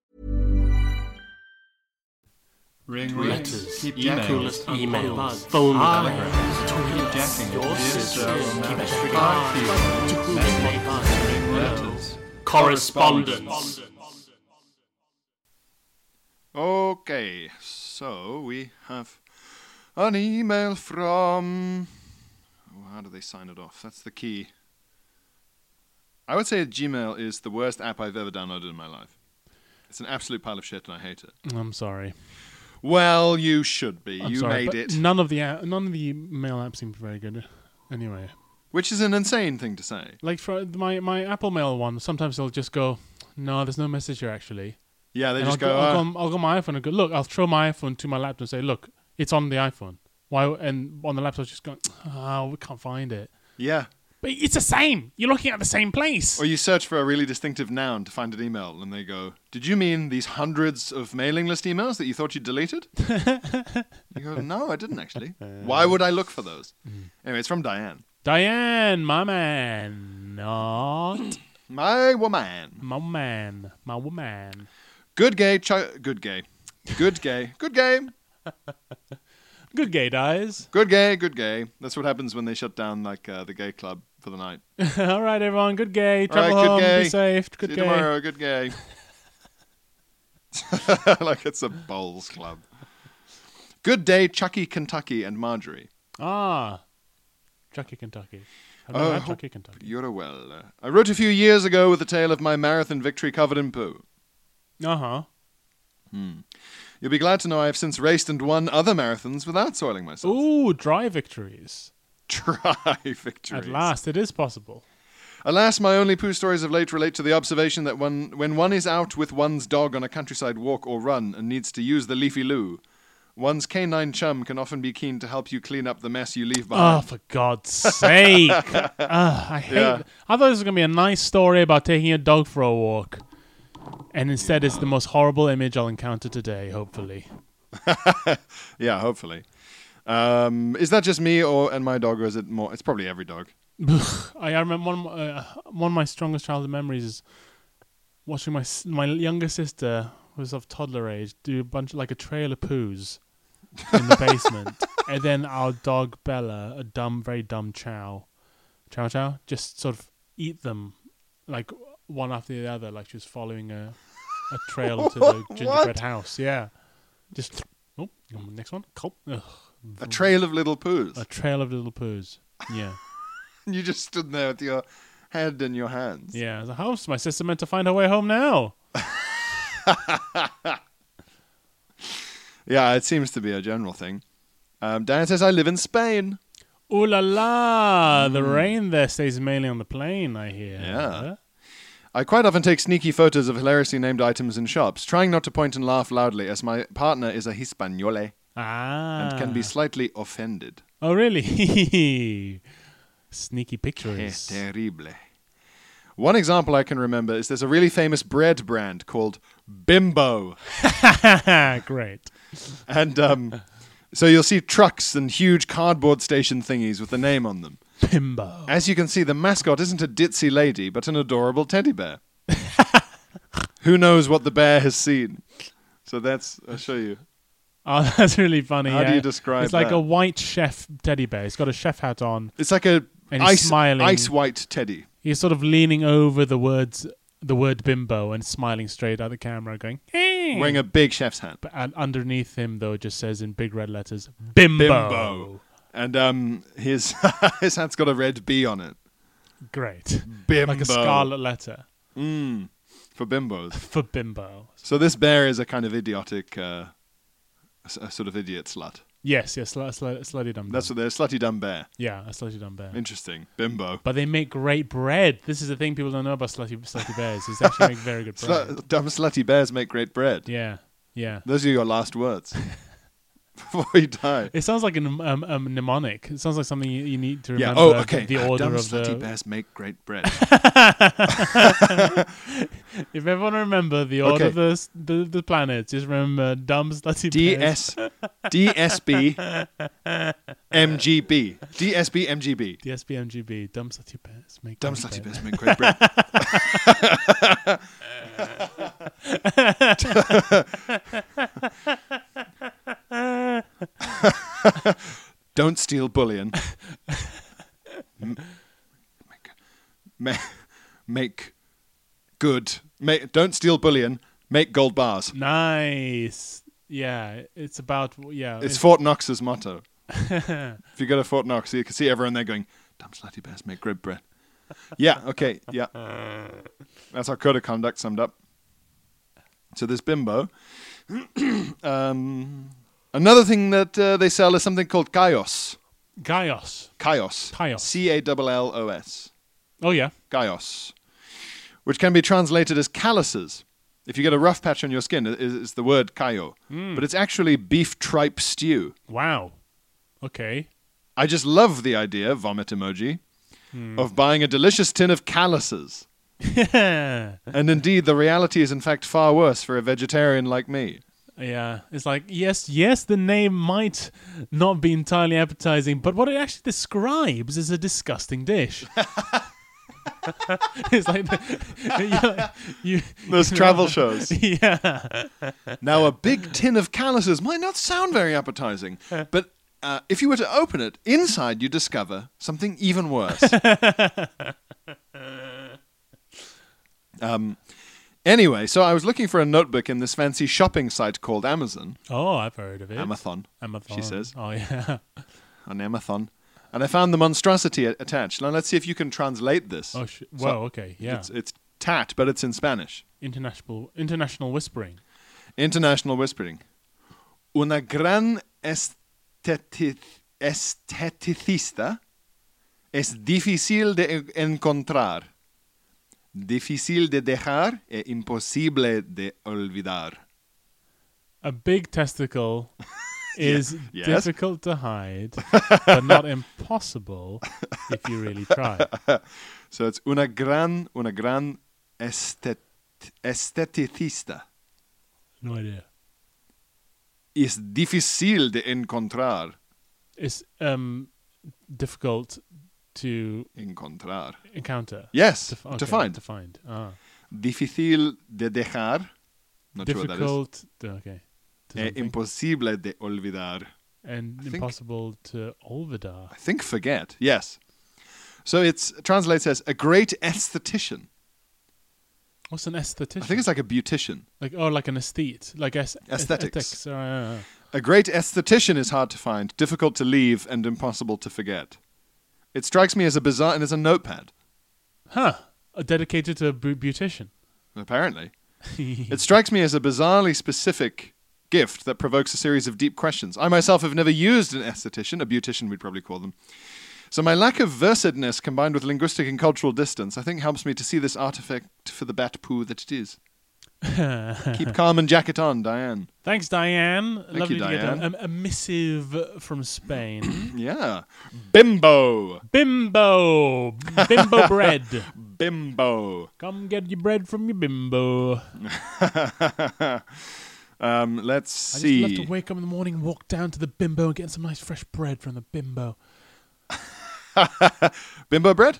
S4: Ring
S5: Letters,
S4: keep
S5: emails,
S4: jacking.
S5: emails, phone
S1: Ah.
S4: Telegrams,
S5: calls,
S4: keep jacking.
S5: your sister, keep Ah. a strict
S4: Fuck you.
S5: eye to whom it may
S4: Ring letters.
S5: correspondence.
S1: Okay, so we have an email from. Oh, how do they sign it off? That's the key. I would say Gmail is the worst app I've ever downloaded in my life. It's an absolute pile of shit, and I hate it.
S2: I'm sorry,
S1: Well, you should be.
S2: I'm
S1: you
S2: sorry,
S1: made
S2: but
S1: it,
S2: None of the a- none of the mail apps seem very good. Anyway,
S1: which is an insane thing to say.
S2: like for my my Apple Mail one, sometimes they'll just go, no, there's no message here actually.
S1: Yeah, they
S2: And
S1: just
S2: I'll,
S1: go.
S2: I'll,
S1: "Ah,
S2: go on, I'll go on my iPhone and go, look, I'll throw my iPhone to my laptop and say, look, it's on the iPhone. Why? And on the laptop, just going, oh, we can't find it.
S1: yeah,
S2: But it's the same. You're looking at the same place.
S1: Or you search for a really distinctive noun to find an email, and they go, "Did you mean these hundreds of mailing list emails that you thought you deleted?" you go, "No, I didn't actually.
S2: Uh.
S1: Why would I look for those?"
S2: Mm.
S1: Anyway, it's from Diane,
S2: Diane, my man. Not
S1: my woman.
S2: my man. My woman.
S1: Good gay, ch- good gay, good gay, good gay,
S2: Good gay dies.
S1: good gay, good gay. That's what happens when they shut down like uh, the gay club for the night.
S2: All right, everyone. Good gay.
S1: All right,
S2: Travel
S1: good
S2: home.
S1: gay.
S2: Be safe. Good
S1: See
S2: gay.
S1: you tomorrow. Good gay. like it's a bowls club. Good day, Chucky, Kentucky, and Marjorie.
S2: Ah, Chucky, Kentucky. I've
S1: Oh,
S2: never
S1: I
S2: had
S1: hope-
S2: Chucky, Kentucky.
S1: You're a well. I wrote a few years ago with the tale of my marathon victory covered in poo.
S2: Uh huh.
S1: You'll be glad to know I have since raced and won other marathons without soiling myself.
S2: Ooh, dry victories.
S1: Try victories.
S2: At last, it is possible.
S1: Alas, my only poo stories of late relate to the observation that one, when one is out with one's dog on a countryside walk or run and needs to use the leafy loo, one's canine chum can often be keen to help you clean up the mess you leave behind.
S2: Oh, for God's sake. Ugh, I hate
S1: Yeah.
S2: I thought this was going to be a nice story about taking a dog for a walk. And instead, it's the most horrible image I'll encounter today, hopefully.
S1: Yeah, hopefully. Um, is that just me or and my dog, or is it more? It's probably every dog.
S2: I, I remember one, of my- uh, one of my strongest childhood memories is watching my s- my younger sister, who was of toddler age, do a bunch like a trail of poos in the basement, and then our dog Bella, a dumb, very dumb chow, chow chow, just sort of eat them like one after the other, like she was following a a trail to the gingerbread house. Yeah, just oh, next one, Cool. Ugh,
S1: A trail of little poos.
S2: a trail of little poos. Yeah.
S1: you just stood there with your head in your hands.
S2: Yeah, I was like, how's my sister meant to find her way home now?
S1: Yeah, it seems to be a general thing. Um, Diana says, I live in Spain.
S2: Ooh la la! The rain there stays mainly on the plane, I hear.
S1: Mm. Yeah. I quite often take sneaky photos of hilariously named items in shops, trying not to point and laugh loudly, as my partner is a Hispanole
S2: Ah.
S1: and can be slightly offended.
S2: Oh, really? Sneaky pictures.
S1: Eh, terrible. One example I can remember is there's a really famous bread brand called Bimbo.
S2: Great.
S1: And um, so you'll see trucks and huge cardboard station thingies with the name on them.
S2: Pimbo.
S1: As you can see, the mascot isn't a ditzy lady, but an adorable teddy bear. Who knows what the bear has seen? So that's, I'll show you.
S2: Oh, that's really funny.
S1: How do
S2: yeah.
S1: you describe
S2: It's like
S1: that?
S2: a white chef teddy bear. He's got a chef hat on.
S1: It's like a
S2: And he's
S1: ice,
S2: smiling.
S1: ice white teddy.
S2: He's sort of leaning over the words, the word bimbo, and smiling straight at the camera, going, "Hey."
S1: Wearing a big chef's hat.
S2: But- and underneath him, though, it just says in big red letters, "Bimbo."
S1: Bimbo. And um, his, his hat's got a red B on it.
S2: Great.
S1: Bimbo.
S2: Like a scarlet letter Mm.
S1: For bimbos.
S2: for bimbo.
S1: So this bear is a kind of idiotic, uh, s- a sort of idiot slut.
S2: Yes, yes, sl- sl- slutty dumb.
S1: That's
S2: bear.
S1: what they're slutty dumb bear.
S2: yeah, a slutty dumb bear.
S1: Interesting, bimbo.
S2: But they make great bread. This is the thing people don't know about slutty slutty bears. Is they actually make very good bread.
S1: Slu- dumb slutty bears make great bread.
S2: yeah, yeah.
S1: Those are your last words before you die.
S2: It sounds like a mnem- um, um, mnemonic. It sounds like something you, you need to
S1: Yeah.
S2: remember.
S1: Oh, okay.
S2: The
S1: Ah,
S2: order
S1: dumb
S2: of
S1: slutty
S2: the.
S1: bears make great bread.
S2: If everyone remember the
S1: Okay.
S2: order of the, s- the the planets, just remember dumb slutty bears.
S1: DS, DSB, MGB, DSB, MGB.
S2: DSBMGB. Dumb slutty bears make.
S1: Dumb
S2: great
S1: slutty
S2: bread.
S1: bears make great bread. Don't steal bullion. M- Make, ma- make good. Make, don't steal bullion. Make gold bars.
S2: Nice. Yeah, it's about yeah.
S1: It's Fort Knox's motto. if you go to Fort Knox, you can see everyone there going, "Dumb slutty bears make great bread." Yeah. Okay. Yeah. That's our code of conduct summed up. So this bimbo. um, another thing that uh, they sell is something called kaios.
S2: Gaios.
S1: Kaios.
S2: Kaios.
S1: C A L L O S.
S2: Oh yeah.
S1: Gaios, which can be translated as calluses. If you get a rough patch on your skin, it is it's the word kaio, but it's actually beef tripe stew.
S2: Wow. Okay.
S1: I just love the idea, vomit emoji, of buying a delicious tin of calluses.
S2: yeah.
S1: And indeed, the reality is in fact far worse for a vegetarian like me.
S2: It's like yes, yes. The name might not be entirely appetizing, but what it actually describes is a disgusting dish. it's like the, you, you,
S1: Those travel shows.
S2: yeah.
S1: Now, a big tin of calluses might not sound very appetizing, but uh, if you were to open it, inside you discover something even worse. um, anyway, so I was looking for a notebook in this fancy shopping site called Amazon.
S2: Oh, I've heard of it.
S1: Amathon.
S2: Amathon.
S1: she says.
S2: Oh yeah.
S1: On Amathon. And I found the monstrosity a- attached. Now, let's see if you can translate this.
S2: Oh sh-
S1: So-
S2: well, okay. Yeah.
S1: It's, it's tat, but it's in Spanish.
S2: international international whispering.
S1: International Whispering. Una gran esteti- esteticista es difícil de encontrar, difícil de dejar e imposible de olvidar.
S2: A big testicle is
S1: yes.
S2: difficult to hide, but not impossible if you really try.
S1: So it's una gran, una gran estet- esteticista
S2: No idea.
S1: es difícil de encontrar.
S2: It's um difficult to
S1: Encontrar.
S2: encounter.
S1: Yes,
S2: To,
S1: to,
S2: f- okay,
S1: find.
S2: To find. Ah.
S1: Difícil de dejar. Not sure what that is.
S2: difficult. to- okay. To
S1: E
S2: something.
S1: imposible de olvidar.
S2: and
S1: think-
S2: impossible to olvidar.
S1: I think forget. Yes. So it's translates as a great esthetician.
S2: What's an esthetician?
S1: I think it's like a beautician.
S2: like oh, like an aesthete, like es-
S1: Aesthetics.
S2: aesthetics. Ah, ah, ah.
S1: A great esthetician is hard to find, difficult to leave, and impossible to forget. It strikes me as a bizarre and as a notepad.
S2: Huh. Uh, Dedicated to a bu- beautician.
S1: Apparently. It strikes me as a bizarrely specific gift that provokes a series of deep questions. I myself have never used an esthetician, a beautician we'd probably call them. So my lack of versedness combined with linguistic and cultural distance, I think helps me to see this artifact for the bat poo that it is. Keep calm and jacket on, Diane.
S2: Thanks, Diane.
S1: you,
S2: Lovely to get
S1: Diane.
S2: a, a- a missive from Spain.
S1: Yeah. Bimbo.
S2: bimbo, bimbo bread.
S1: Bimbo.
S2: Come get your bread from your bimbo.
S1: Um, let's
S2: I just
S1: see.
S2: love to wake up in the morning, walk down to the bimbo, and get some nice fresh bread from the bimbo.
S1: Bimbo bread?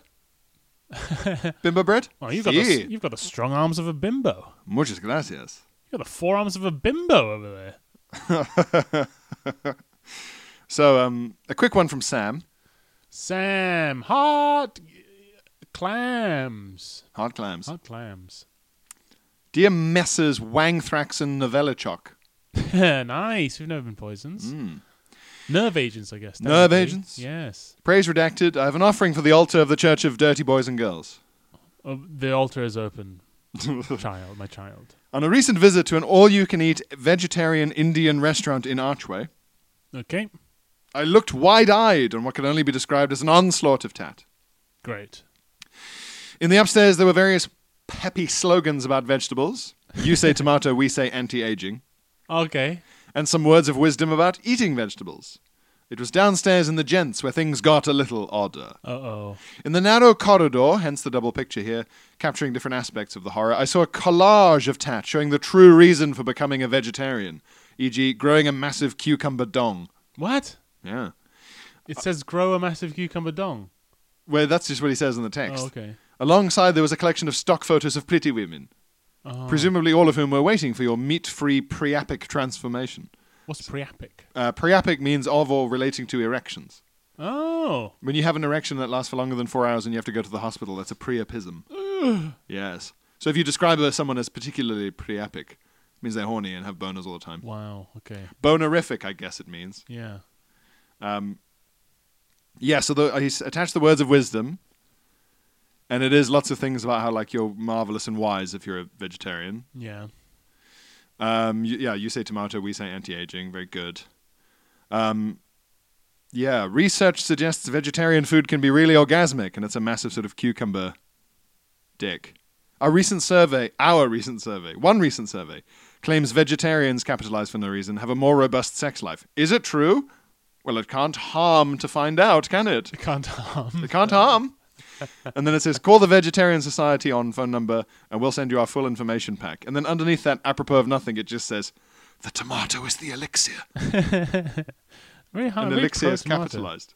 S1: Bimbo bread?
S2: Oh, you've got
S1: Sí.
S2: the, you've got the strong arms of a bimbo.
S1: Muchas gracias.
S2: You've got the forearms of a bimbo over there.
S1: So, um, a quick one from Sam.
S2: Sam, hot clams.
S1: Hard clams.
S2: Hot clams.
S1: Dear Messrs. Wangthrax and Novellichok.
S2: nice. We've never been poisons. Nerve agents, I guess.
S1: Hmm. Nerve
S2: technically.
S1: agents?
S2: Yes.
S1: Praise redacted. I have an offering for the altar of the Church of Dirty Boys and Girls.
S2: Oh, the altar is open. child, my child.
S1: On a recent visit to an all you can eat vegetarian Indian restaurant in Archway,
S2: Okay.
S1: I looked wide eyed on what could only be described as an onslaught of tat.
S2: Great.
S1: In the upstairs, there were various peppy slogans about vegetables. You say tomato, we say anti aging.
S2: Okay.
S1: and some words of wisdom about eating vegetables. It was downstairs in the gents where things got a little odder.
S2: Uh oh.
S1: In the narrow corridor, hence the double picture here, capturing different aspects of the horror, I saw a collage of tat showing the true reason for becoming a vegetarian, e.g., growing a massive cucumber dong.
S2: What?
S1: Yeah.
S2: It
S1: Uh,
S2: says grow a massive cucumber dong.
S1: Well, that's just what he says in the text.
S2: Oh, okay.
S1: Alongside, there was a collection of stock photos of pretty women,
S2: Oh,
S1: presumably all of whom were waiting for your meat free priapic transformation.
S2: What's priapic?
S1: Uh, priapic means of or relating to erections.
S2: Oh.
S1: When you have an erection that lasts for longer than four hours and you have to go to the hospital, that's a priapism. yes. So if you describe someone as particularly priapic, it means they're horny and have boners all the time.
S2: Wow. Okay.
S1: Bonerific, I guess it means. Um,
S2: Yeah.
S1: Yeah, so the, he's attached the words of wisdom, and it is lots of things about how, like, you're marvelous and wise if you're a vegetarian.
S2: Yeah.
S1: Um, you, yeah, you say tomato, we say anti-aging. Very good. Um, yeah, research suggests vegetarian food can be really orgasmic, and it's a massive sort of cucumber dick. Our recent survey, our recent survey, one recent survey, claims vegetarians, capitalized for no reason, have a more robust sex life. Is it true? Well, it can't harm to find out, can it?
S2: It can't harm.
S1: It can't harm. And then it says, call the Vegetarian Society on phone number and we'll send you our full information pack. And then underneath that, apropos of nothing, it just says, the tomato is the elixir.
S2: Very hard.
S1: And
S2: very
S1: elixir is
S2: pro-tomato.
S1: capitalized.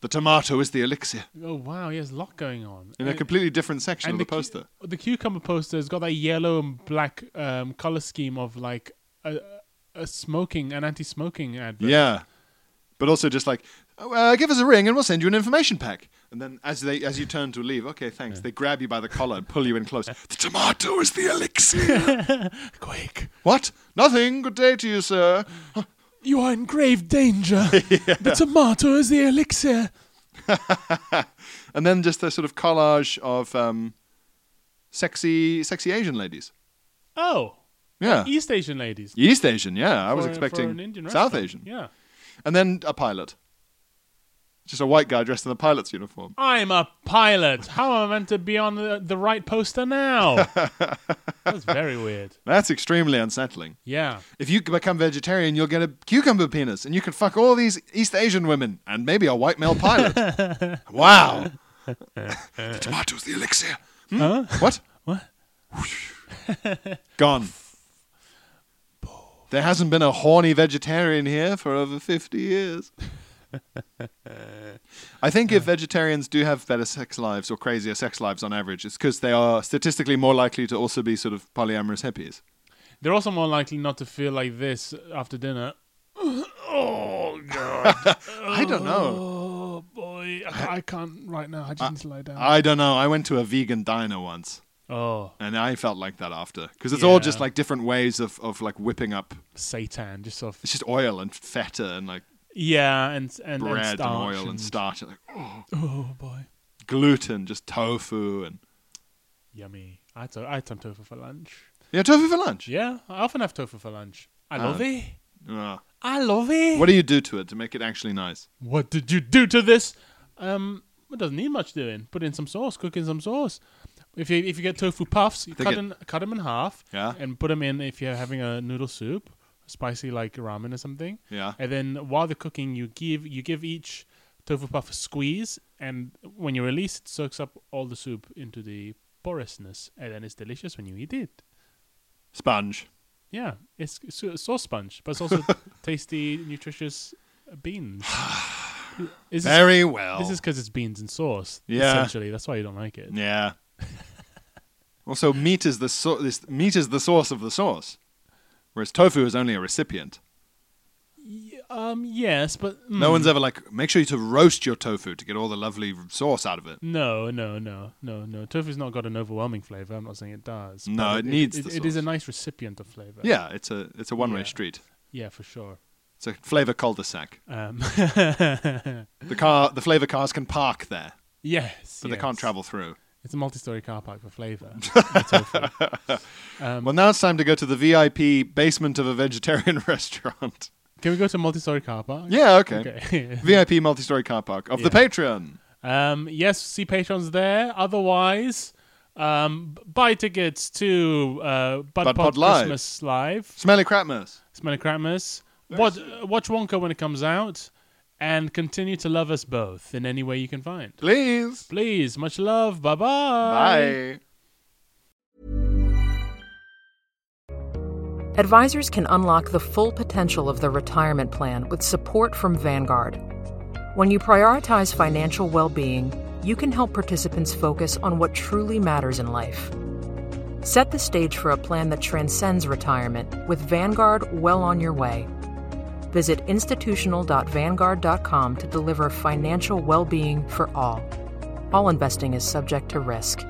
S1: The tomato is the elixir.
S2: Oh wow. He has a lot going on.
S1: In a
S2: Uh, And-
S1: completely different section of the,
S2: cu-
S1: poster.
S2: the cucumber poster has got that yellow and black um, color scheme of like a, a smoking, an anti-smoking advert.
S1: Yeah. But also just like, "Oh, uh, give us a ring and we'll send you an information pack. And then as they as you turn to leave, okay, thanks, they grab you by the collar and pull you in close. the tomato is the elixir.
S2: Quick,
S1: what? Nothing. Good day to you, sir.
S2: you are in grave danger. The tomato is the elixir.
S1: and then just a sort of collage of um, sexy, sexy Asian ladies.
S2: Oh,
S1: Yeah,
S2: East Asian ladies.
S1: East Asian. Yeah, I was
S2: For-
S1: expecting
S2: for an Indian
S1: South Asian.
S2: restaurant. Yeah,
S1: And then a pilot, just a white guy dressed in the pilot's uniform.
S2: I'm a pilot. How am I meant to be on the, the right poster now? That's very weird.
S1: That's extremely unsettling.
S2: Yeah.
S1: If you become vegetarian, you'll get a cucumber penis, and you can fuck all these East Asian women, and maybe a white male pilot. wow. the tomato's the elixir. Hmm? What?
S2: What?
S1: Gone. There hasn't been a horny vegetarian here for over 50 years. I think if vegetarians do have better sex lives or crazier sex lives on average, it's because they are statistically more likely to also be sort of polyamorous hippies.
S2: They're also more likely not to feel like this after dinner.
S1: I don't know.
S2: Oh boy, I, I can't right now. I just need to lie down.
S1: I don't know. I went to a vegan diner once,
S2: oh,
S1: and I felt like that after because it's all just
S2: Yeah.
S1: like different ways of, of like whipping up.
S2: Satan, just sort of
S1: It's just oil and feta and like
S2: yeah, and and
S1: bread and,
S2: starch
S1: oil and starch. And, like,
S2: Oh boy,
S1: gluten, just tofu and
S2: Yummy. I had, to- I had some tofu for lunch.
S1: yeah, tofu for lunch.
S2: Yeah, I often have tofu for lunch. I love it.
S1: Ah.
S2: I love it.
S1: What do you do to it to make it actually nice?
S2: What did you do to this? Um, it doesn't need much doing. Put in some sauce. Cook in some sauce. If you if you get tofu puffs, you
S1: They
S2: cut
S1: get-
S2: in, cut them in half.
S1: Yeah.
S2: And put them in if you're having a noodle soup, spicy like ramen or something.
S1: Yeah.
S2: And then while they're cooking, you give you give each tofu puff a squeeze, and when you release, it soaks up all the soup into the porousness, and then it's delicious when you eat it.
S1: Sponge.
S2: Yeah, it's, it's a sauce sponge, but it's also tasty, nutritious uh, beans. Is this-
S1: Very well.
S2: this is because it's beans and sauce.
S1: Oh. Yeah.
S2: Essentially, that's why you don't like it.
S1: yeah. also, meat is the so- this meat is the source of the sauce, whereas tofu is only a recipient.
S2: Um. Yes, but mm,
S1: No one's ever like, make sure you to roast your tofu to get all the lovely sauce out of it.
S2: No, no, no, no, no. Tofu's not got an overwhelming flavor. I'm not saying it does.
S1: No,
S2: but
S1: it needs
S2: It,
S1: the
S2: it is a
S1: sauce.
S2: nice recipient of flavor.
S1: Yeah, it's a it's a one way
S2: Yeah.
S1: street.
S2: Yeah, for sure.
S1: It's a flavor cul-de-sac.
S2: Um.
S1: The car, the flavor cars can park there,
S2: yes.
S1: but they can't
S2: yes.
S1: travel through.
S2: It's a multi-story car park for flavor.
S1: well, now it's time to go to the VIP basement of a vegetarian restaurant.
S2: Can we go to multi-story car park?
S1: yeah, okay.
S2: Okay.
S1: VIP multi-story car park of the Patreon.
S2: Um, yes, see patrons there. Otherwise, um, b- buy tickets to uh, Bud,
S1: Bud
S2: Pod,
S1: Pod Live.
S2: Christmas Live.
S1: Smelly Crapmas.
S2: Smelly Krampus. Watch, uh, watch Wonka when it comes out, and continue to love us both in any way you can find.
S1: Please.
S2: Please, much love. Bye-bye.
S1: Bye.
S6: Advisors can unlock the full potential of their retirement plan with support from Vanguard. When you prioritize financial well being, you can help participants focus on what truly matters in life. Set the stage for a plan that transcends retirement with Vanguard well on your way. Visit institutional.vanguard.com to deliver financial well being for all. All investing is subject to risk.